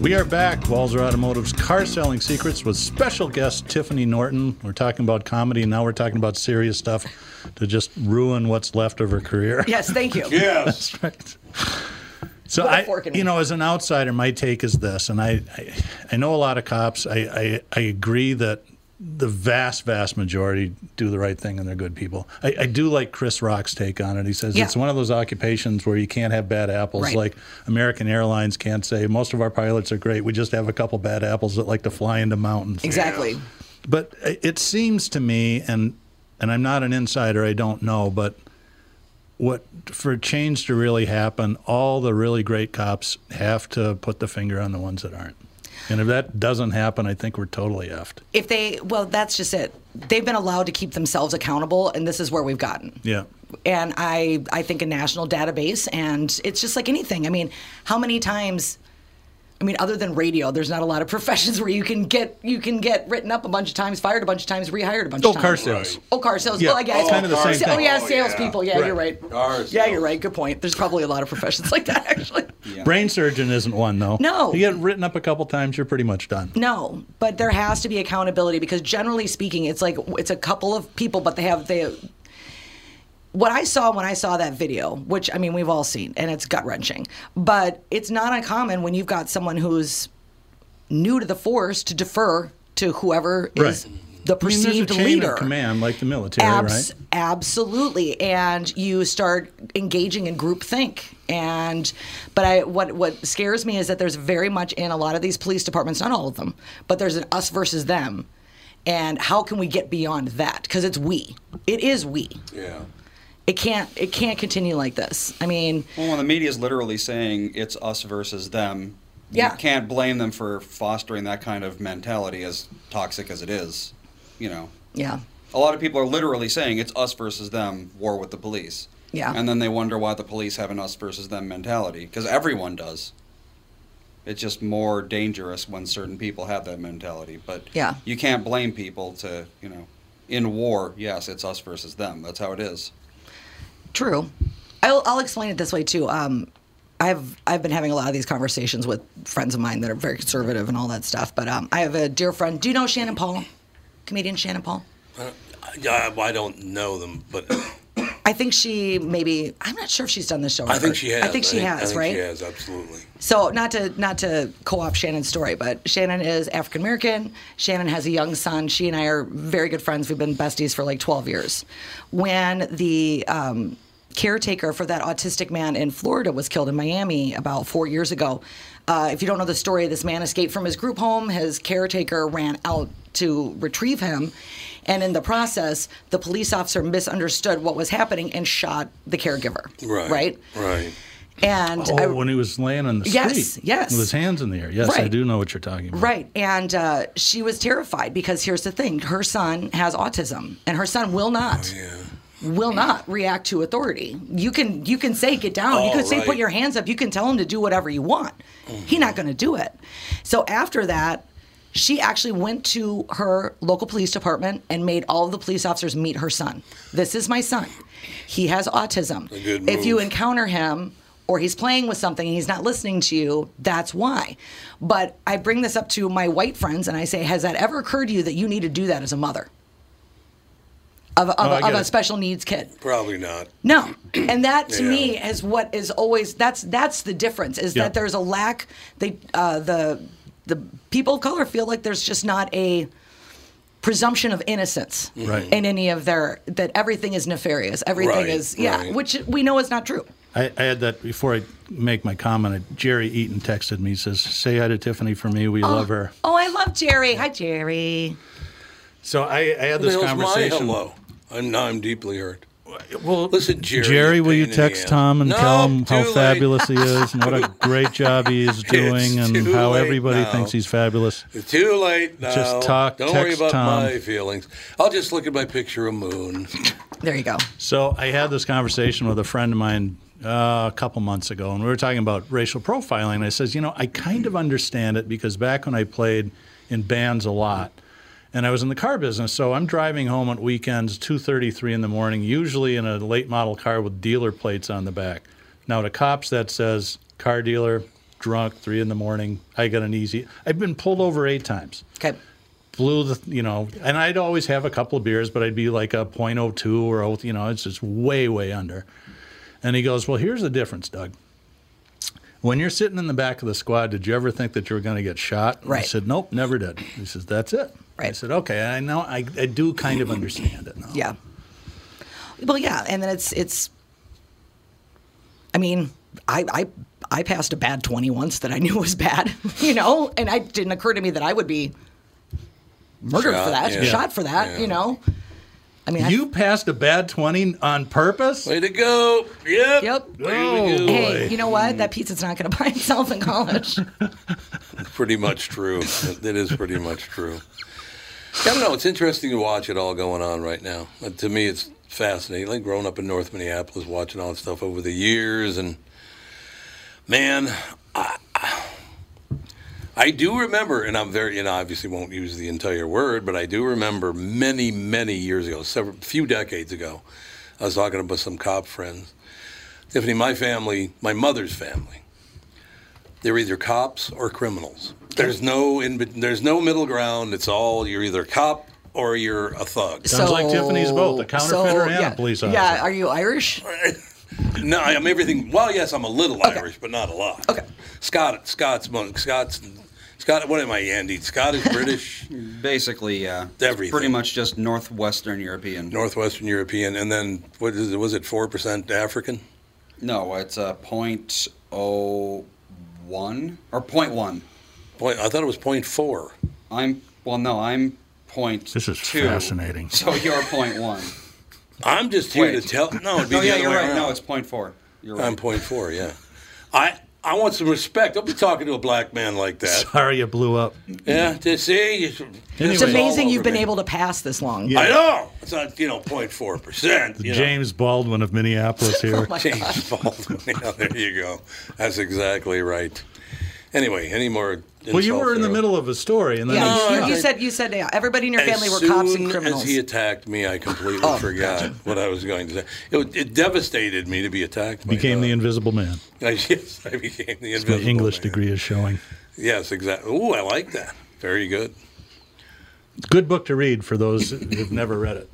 S2: We are back, Walzer Automotive's Car Selling Secrets, with special guest Tiffany Norton. We're talking about comedy, and now we're talking about serious stuff to just ruin what's left of her career.
S4: Yes, thank you.
S7: Yes.
S2: That's right. So
S4: Put a
S2: I,
S4: fork in
S2: you
S4: it.
S2: know, as an outsider, my take is this, and I, I, I know a lot of cops. I, I, I agree that the vast, vast majority do the right thing and they're good people. I, I do like Chris Rock's take on it. He says
S4: Yeah.
S2: it's one of those occupations where you can't have bad apples.
S4: Right.
S2: Like American Airlines can't say most of our pilots are great. We just have a couple bad apples that like to fly into mountains.
S4: Exactly.
S2: But i- it seems to me, and and I'm not an insider, I don't know, but what for change to really happen, all the really great cops have to put the finger on the ones that aren't. And if that doesn't happen, I think we're totally effed.
S4: If they, well, that's just it. They've been allowed to keep themselves accountable, and this is where we've gotten.
S2: Yeah.
S4: and I I think a national database and it's just like anything. I mean, how many times I mean, other than radio, there's not a lot of professions where you can get you can get written up a bunch of times, fired a bunch of times, rehired a bunch
S2: Oh,
S4: of times.
S2: car sales.
S4: Oh, car sales.
S2: Yeah,
S4: Well, I guess.
S2: it's kind of the same
S4: Oh,
S2: thing.
S4: yeah,
S7: Oh,
S4: salespeople. Yeah,
S2: Right.
S4: you're right.
S7: Car
S4: Yeah,
S7: sales.
S4: you're right. Good point. There's probably a lot of professions like that, actually.
S2: Brain surgeon isn't one though.
S4: No.
S2: You get written up a couple times, you're pretty much done.
S4: No, but there has to be accountability because generally speaking, it's like it's a couple of people, but they have they. What I saw when I saw that video, which I mean we've all seen, and it's gut wrenching, but it's not uncommon when you've got someone who's new to the force to defer to whoever
S2: Right.
S4: is
S2: I
S4: the
S2: mean, there's a
S4: perceived
S2: chain
S4: leader.
S2: of command like the military,
S4: Abs-
S2: right?
S4: Absolutely, and you start engaging in groupthink. And but I what what scares me is that there's very much in a lot of these police departments, not all of them, but there's an us versus them. And how can we get beyond that? Because it's we. It is we.
S3: Yeah.
S4: It can't. It can't continue like this. I mean,
S5: Well, when the media is literally saying it's us versus them,
S4: Yeah.
S5: you can't blame them for fostering that kind of mentality, as toxic as it is. You know,
S4: yeah.
S5: a lot of people are literally saying it's us versus them, war with the police.
S4: Yeah.
S5: And then they wonder why the police have an us versus them mentality, because everyone does. It's just more dangerous when certain people have that mentality. But
S4: Yeah.
S5: you can't blame people to, you know, in war, yes, it's us versus them. That's how it is.
S4: True. I'll, I'll explain it this way too. Um, I've I've been having a lot of these conversations with friends of mine that are very conservative and all that stuff. But um, I have a dear friend. Do you know Shannon Paul? Comedian Shannon Paul.
S3: Yeah, well, I don't know them, but
S4: I think she maybe I'm not sure if she's done this show. or
S3: I think
S4: not.
S3: she has.
S4: I think she has,
S3: I think
S4: right?
S3: She has, absolutely.
S4: So not to not to co-op Shannon's story, but Shannon is African American. Shannon has a young son. She and I are very good friends. We've been besties for like 12 years. When the um, caretaker for that autistic man in Florida was killed in Miami about four years ago, uh, if you don't know the story, this man escaped from his group home. His caretaker ran out to retrieve him, and in the process, the police officer misunderstood what was happening and shot the caregiver.
S3: Right.
S4: Right.
S3: Right.
S4: And
S2: Oh,
S4: I-
S2: when he was laying on the
S4: Yes,
S2: street,
S4: yes.
S2: with his hands in the air. Yes, I
S4: Right.
S2: do know what you're talking about.
S4: Right. And uh, she was terrified because here's the thing her son has autism, and her son will not. Will not react to authority. You can you can say get down. you
S3: Oh,
S4: can say put
S3: right.
S4: your hands up. You can tell him to do whatever you want. He's not going to do it. So after that, she actually went to her local police department and made all of the police officers meet her son. This is my son. He has autism.
S3: A good
S4: If you
S3: move.
S4: encounter him or he's playing with something and he's not listening to you, that's why. But I bring this up to my white friends and I say, has that ever occurred to you that you need to do that as a mother of, of,
S2: Oh, I
S4: of
S2: get
S4: a
S2: it.
S4: special needs kid?
S3: Probably not.
S4: No, and that to
S3: Yeah.
S4: me is what is always that's that's the difference is
S2: Yeah.
S4: that there's a lack. They uh, the the people of color feel like there's just not a presumption of innocence
S2: Right.
S4: in any of their that everything is nefarious. Everything
S3: Right,
S4: is yeah,
S3: right.
S4: which we know is not true.
S2: I, I had that before I make my comment. Jerry Eaton texted me. He says, "Say hi to Tiffany for me. We love her."
S4: Oh, I love Jerry. Hi, Jerry.
S2: So I, I had this
S3: What the hell's my
S2: conversation.
S3: hello. I'm now I'm deeply hurt.
S2: Well,
S3: Listen, Jerry,
S2: Jerry,
S3: a
S2: will
S3: pain
S2: you
S3: in the
S2: text
S3: ass.
S2: Tom and
S3: No,
S2: tell him how
S3: too late.
S2: fabulous he is and what a great job he is doing and
S3: too
S2: how
S3: late
S2: everybody
S3: now.
S2: thinks he's fabulous?
S3: Too late now.
S2: Just talk,
S3: Don't worry
S2: text
S3: about
S2: Tom.
S3: my feelings. I'll just look at my picture of Moon.
S4: There you go.
S2: So I had this conversation with a friend of mine uh, a couple months ago, and we were talking about racial profiling. And I says, you know, I kind of understand it because back when I played in bands a lot, and I was in the car business, so I'm driving home at weekends, two thirty, three in the morning, usually in a late model car with dealer plates on the back. Now to cops, that says car dealer, drunk, three in the morning. I got an easy. I've been pulled over eight times
S4: Okay.
S2: blew the you know and i'd always have a couple of beers but i'd be like a 0.02 or oh, you know it's just way way under and he goes well here's the difference doug when you're sitting in the back of the squad did you ever think that you were going to get shot And i
S4: Right.
S2: said nope never did he says that's it i
S4: Right.
S2: said okay i know i, I do kind of understand it now
S4: Yeah. Well, yeah, and then it's it's. I mean, I I I passed a bad twenty once that I knew was bad, you know, and it didn't occur to me that I would be murdered
S3: Shot,
S4: for that,
S3: yeah.
S4: shot for that,
S3: Yeah.
S4: you know. I mean,
S2: you passed a bad 20 on purpose
S3: Way to go. Yep.
S4: I, yep.
S3: Way to
S2: Oh.
S3: go.
S4: Hey, you know what? That pizza's not going to buy itself in college.
S3: pretty much true. That that is pretty much true. I don't know. It's interesting to watch it all going on right now. Uh, to me, it's fascinating. Like growing up in North Minneapolis, watching all that stuff over the years, and man, I, I do remember, and I'm very, and I obviously won't use the entire word, but I do remember many, many years ago, several, few decades ago, I was talking about some cop friends. Tiffany, my family, my mother's family, they're either cops or criminals. There's no in, bet- there's no middle ground. It's all you're either a cop or you're a thug.
S2: Sounds like Tiffany's both, a counterfeiter and a
S4: yeah.
S2: police
S4: Yeah,
S2: officer.
S4: are you Irish?
S3: No, I'm everything. Well, yes, I'm a little Irish, but not a lot.
S4: Okay.
S3: Scott, Scott's monk, Scott's, Scott. What am I, Andy? Scott is British,
S5: Basically, yeah. It's
S3: Everything.
S5: Pretty much just northwestern European.
S3: Northwestern European, and then what is it? Was it four percent African?
S5: no, it's a point oh one or point one.
S3: Point. I thought it was point four.
S5: I'm well, no, I'm point.
S2: This is
S5: two,
S2: fascinating.
S5: So you're point one.
S3: I'm just here
S5: Wait.
S3: to tell. No, it'd be
S5: no,
S3: the
S5: yeah,
S3: other
S5: you're
S3: way
S5: right.
S3: around.
S5: No, it's point four. Um, You're right.
S3: I'm point four. Yeah, I I want some respect. Don't be talking to a black man like that.
S2: sorry you blew up
S3: Yeah, to see. you- this is
S4: It's
S3: all
S4: amazing
S3: over
S4: you've been
S3: me.
S4: able to pass this long.
S3: I know. It's not you know point four percent. you know.
S2: james baldwin of
S4: Oh
S2: minneapolis here
S3: James Baldwin. Yeah, there you go. That's exactly right. Anyway, any more?
S2: well you were in the
S3: insults?
S2: middle of a story and then
S4: Yeah,
S3: No,
S4: you,
S3: I-
S4: you said you said yeah, everybody in your
S3: As
S4: family were cops
S3: soon
S4: and criminals.
S3: As he attacked me, I completely
S2: Oh,
S3: forgot what I was going to say. It, was- it devastated me to be attacked. By
S2: became the
S3: that.
S2: invisible man
S3: I, yes, I became the
S2: my
S3: Uh, invisible
S2: english
S3: man.
S2: degree is showing
S3: Yes, exactly. Ooh, I like that. Very good.
S2: good book to read for those who've never read it.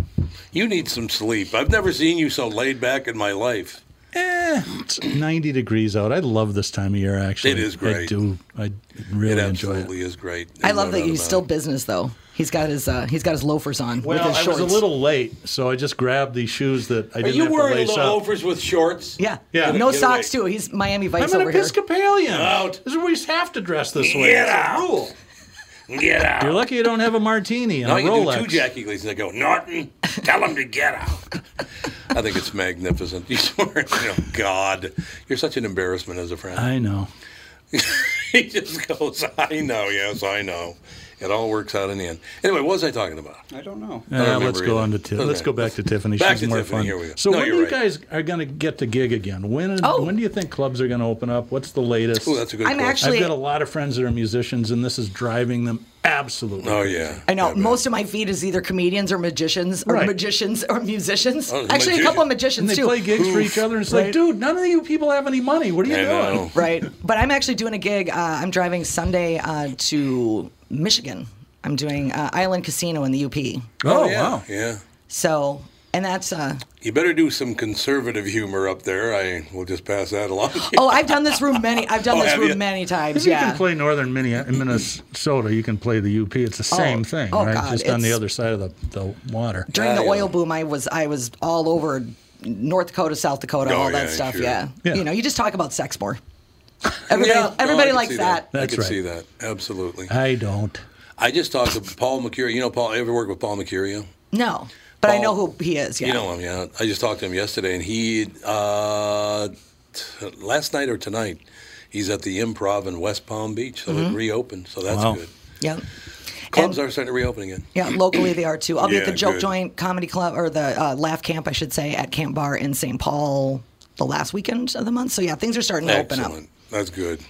S3: You need some sleep. I've never seen you so laid back in my life.
S2: It's 90 degrees out. I love this time of year, actually.
S3: It is
S2: I
S3: great.
S2: do. I
S3: It
S2: really enjoy it.
S3: absolutely is great.
S4: I
S3: There's
S4: love
S3: no
S4: that
S3: doubt
S4: you
S3: about
S4: still
S3: it.
S4: business though. He's got his uh, he's got his loafers on
S2: Well,
S4: with his
S2: I was
S4: shorts.
S2: a little late, so I just grabbed these shoes that I
S3: Are
S2: didn't
S3: you
S2: have to
S3: wearing
S2: lace
S3: little
S2: up.
S3: loafers with shorts?
S4: yeah,
S2: Yeah.
S4: No
S3: Get
S4: socks
S3: away.
S4: too. He's Miami Vice
S2: I'm an
S4: over here.
S2: Episcopalian.
S3: Out.
S2: This is where we have to dress this way.
S3: Get
S2: It's a
S3: out.
S2: rule.
S3: Get out.
S2: You're lucky you don't have a martini and
S3: Now
S2: a
S3: you
S2: Rolex.
S3: do two Jackie Gleasons. I go, Norton, tell him to get out. I think it's magnificent. You swear, you know, God, you're such an embarrassment as a friend.
S2: I know.
S3: he just goes, I know, yes, I know. It all works out in the end. Anyway, what was I talking about?
S5: I don't know.
S3: don't
S2: Uh,
S3: remember
S2: let's go
S3: either.
S2: on to Ti-
S3: Okay.
S2: let's go back to Tiffany.
S3: Back
S2: She's
S3: to
S2: more
S3: Tiffany.
S2: fun.
S3: Here we go.
S2: So
S3: No,
S2: when do
S3: you're
S2: you
S3: right.
S2: guys are going to get to gig again? When
S4: Oh.
S2: when do you think clubs are going to open up? What's the latest?
S3: Oh, that's a good
S4: I'm
S3: question.
S4: actually-
S2: I've got a lot of friends that are musicians, and this is driving them absolutely.
S3: Oh, yeah.
S4: I know
S3: Yeah, man.
S4: most of my feed is either comedians or magicians or
S2: Right.
S4: magicians or musicians.
S3: Oh,
S4: Actually, a couple of
S2: And
S4: magicians
S2: they
S4: too.
S2: play gigs for each other, and it's like, dude, none of you people have any money. What are you
S3: I
S2: doing?
S3: know.
S4: right. But I'm actually doing a gig. Uh, I'm driving Sunday uh, to Michigan. I'm doing uh, Island Casino in the UP.
S2: Oh,
S3: yeah.
S2: wow.
S3: Yeah.
S4: So, and that's uh,
S3: You better do some conservative humor up there. I will just pass that along.
S4: oh, I've done this room many. I've done
S3: Oh,
S4: this
S3: have
S4: room
S3: you?
S4: many times.
S2: If you
S4: Yeah.
S2: can play northern Minne- Minnesota, you can play the UP. It's the same thing,
S4: oh,
S2: right?
S4: God,
S2: Just on the
S4: it's-
S2: other side of the, the water.
S4: during the
S3: Yeah, yeah.
S4: oil boom, I was I was all over North Dakota, South Dakota,
S3: Oh,
S4: all that
S3: yeah,
S4: stuff.
S3: sure.
S4: Yeah.
S2: Yeah.
S4: You know, you just talk about sex more. Everybody,
S3: Yeah, no, I
S4: everybody
S3: can
S4: likes
S3: see
S4: that.
S3: I
S2: That's
S3: can
S2: right. Uh,
S3: see that. Absolutely.
S2: I don't.
S3: I just talked to Paul Mercurio. You know, Paul, ever work with Paul Mercurio?
S4: No, But I know who he is. Yeah.
S3: You know him, yeah. I just talked to him yesterday, and he uh, t- last night or tonight, he's at the Improv in West Palm Beach, so it reopened. So that's good.
S4: Yeah.
S3: Clubs
S4: Mm-hmm. And-
S3: are starting to reopen again.
S4: Yeah, locally they are too. I'll be at the
S3: Yeah,
S4: Joke
S3: good.
S4: Joint Comedy Club or the uh, Laugh Camp, I should say, at Camp Bar in St. Paul the last weekend of the month. So yeah, things are starting to
S3: Excellent.
S4: open up.
S3: That's good.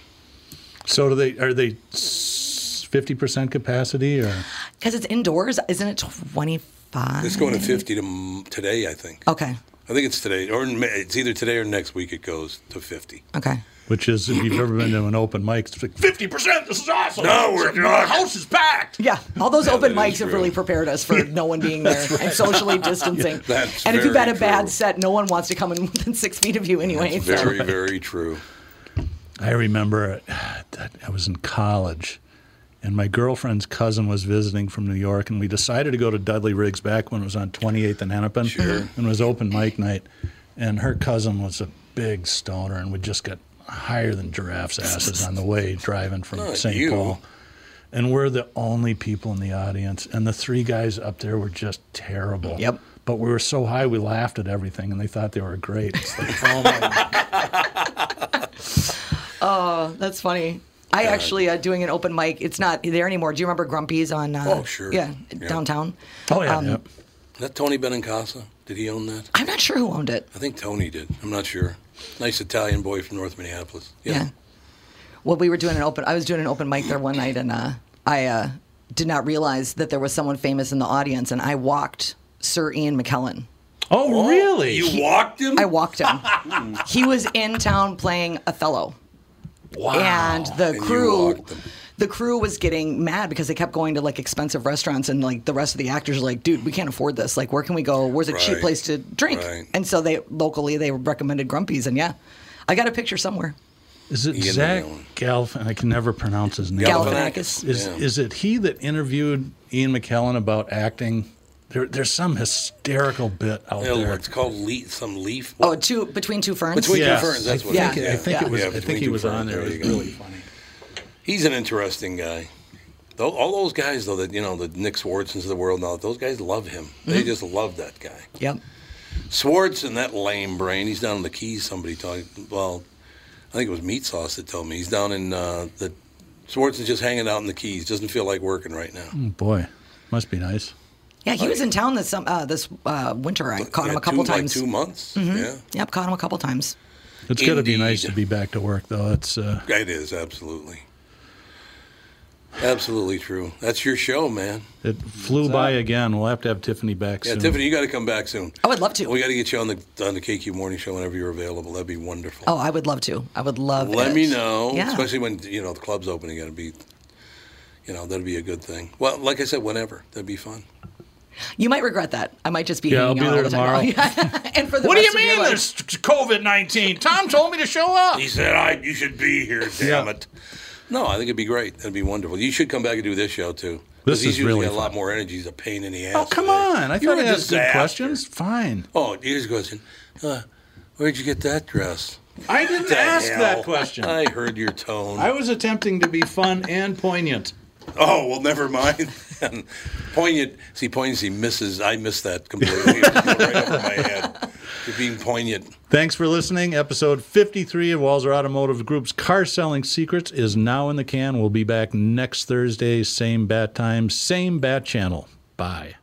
S2: So do they? Are they fifty percent capacity or?
S4: Because it's indoors, isn't it 25?
S3: It's going to 50 to, m- today, I think.
S4: Okay.
S3: I think it's today, or in May- it's either today or next week it goes to 50.
S4: Okay.
S2: Which is, if you've ever been to an open mic, it's like fifty percent. This is awesome.
S3: No, we're not.
S2: The Oh, house is packed.
S4: Yeah, all those open
S3: that is
S4: mics have
S3: true.
S4: really prepared us for no one being there and socially distancing.
S3: that's
S4: and if you've
S3: very
S4: had a bad
S3: true.
S4: set, no one wants to come in within six feet of you anyway. so-
S3: Very, very true.
S2: I remember that I was in college, and my girlfriend's cousin was visiting from New York, and we decided to go to Dudley Riggs back when it was on 28th and Hennepin,
S3: Sure.
S2: and it was open mic night. And her cousin was a big stoner, and we just got higher than giraffes' asses on the way driving from
S3: Not
S2: St.
S3: you.
S2: Paul. And we're the only people in the audience, and the three guys up there were just terrible.
S4: Yep.
S2: But we were so high, we laughed at everything, and they thought they were great. It's like, oh my
S4: That's funny. I actually uh, doing an open mic. It's not there anymore. Do you remember Grumpy's on? Uh,
S3: Oh, sure.
S4: Yeah,
S3: Yeah.
S4: downtown.
S2: Oh, yeah.
S4: Um,
S2: yeah.
S3: Is that Tony Benincasa? Did he own that?
S4: I'm not sure who owned it.
S3: I think Tony did. I'm not sure. Nice Italian boy from North Minneapolis.
S4: Yeah. Well, we were doing an open. I was doing an open mic there one night, and uh, I uh, did not realize that there was someone famous in the audience, and I walked Sir Ian McKellen.
S2: Oh, really?
S3: You walked him?
S4: I walked him. he was in town playing Othello.
S3: Wow.
S4: and the
S3: you
S4: crew
S3: walked them.
S4: the crew was getting mad because they kept going to like expensive restaurants and like the rest of the actors were like dude we can't afford this like where can we go where's a cheap
S3: Right.
S4: place to drink
S3: Right.
S4: and so they locally they recommended grumpy's and yeah i got a picture somewhere
S2: Is it
S3: Ian
S2: Zach
S3: McGowan.
S2: Galvin? I can never pronounce his name.
S4: Galifianakis.
S2: Is
S3: Yeah.
S2: is it he that interviewed Ian McKellen about acting? There, there's some hysterical bit out
S3: Yeah,
S2: there.
S3: It's Oh, called leaf, some leaf.
S4: oh two between two ferns
S3: Between
S2: Yes.
S3: Two Ferns. That's
S2: I
S3: what
S2: think,
S3: it is.
S2: I think
S4: Yeah.
S2: it was.
S3: Yeah,
S2: I
S3: Between
S2: think he
S3: Two
S2: was
S3: Ferns.
S2: on there. It was
S3: you go.
S2: really funny.
S3: He's an interesting guy. Tho- All those guys, though, that you know, the Nick Swartzens of the world, now those guys love him. They
S4: Mm-hmm.
S3: just love that guy.
S4: yep
S3: Swartz and that lame brain. He's down in the Keys. Somebody talked. Well, I think it was Meat Sauce that told me he's down in uh, the. Swartz is just hanging out in the Keys. Doesn't feel like working right now.
S2: Oh,
S4: Mm,
S2: boy, must be nice.
S4: yeah he was in town this um, uh, this uh, winter i caught
S3: Yeah,
S4: him a couple
S3: two,
S4: times Mm-hmm.
S3: Like two months. Yeah.
S4: yep caught him a couple times
S2: It's got to be nice to
S3: Indeed.
S2: be back to work, though. It's uh,
S3: It is absolutely, absolutely true. That's your show, man.
S2: it flew by again. We'll have to have Tiffany back
S3: Yeah,
S2: soon.
S3: Tiffany, you got to come back soon.
S4: I would love to.
S3: We got to get you on the on the KQ Morning Show whenever you're available. That'd be wonderful.
S4: oh i would love to i would love
S3: Let
S4: it.
S3: me know,
S4: yeah
S3: especially when you know the club's opening. It'd be, you know, that'd be a good thing. Well, like I said, whenever that'd be fun.
S4: you might regret that i might just be
S2: Yeah, I'll
S4: hanging
S2: be
S4: out
S2: there
S4: all the time now. and for the rest of your life.
S2: COVID nineteen? Tom told me to show up.
S3: He said, "I you should be here, damn
S2: Yeah.
S3: it." No, I think it'd be great. That'd be wonderful. You should come back and do this show too. 'Cause
S2: This
S3: he's
S2: is
S3: usually
S2: really
S3: got a lot more energy. He's a pain in the ass.
S2: Oh come
S3: today.
S2: on! I
S3: You're
S2: thought
S3: a
S2: I asked good
S3: disaster.
S2: questions. Fine.
S3: Oh, here's a question. Uh, where'd you get that dress?
S2: I didn't
S3: The
S2: ask that
S3: hell?
S2: question.
S3: I heard your tone.
S2: I was attempting to be fun and poignant.
S3: Oh well, never mind. then. poignant. See, poignancy misses. I miss that completely. It was right over my head. You're being poignant.
S2: Thanks for listening. Episode 53 of Walzer Automotive Group's Car Selling Secrets is now in the can. We'll be back next Thursday, same bat time, same bat channel. Bye.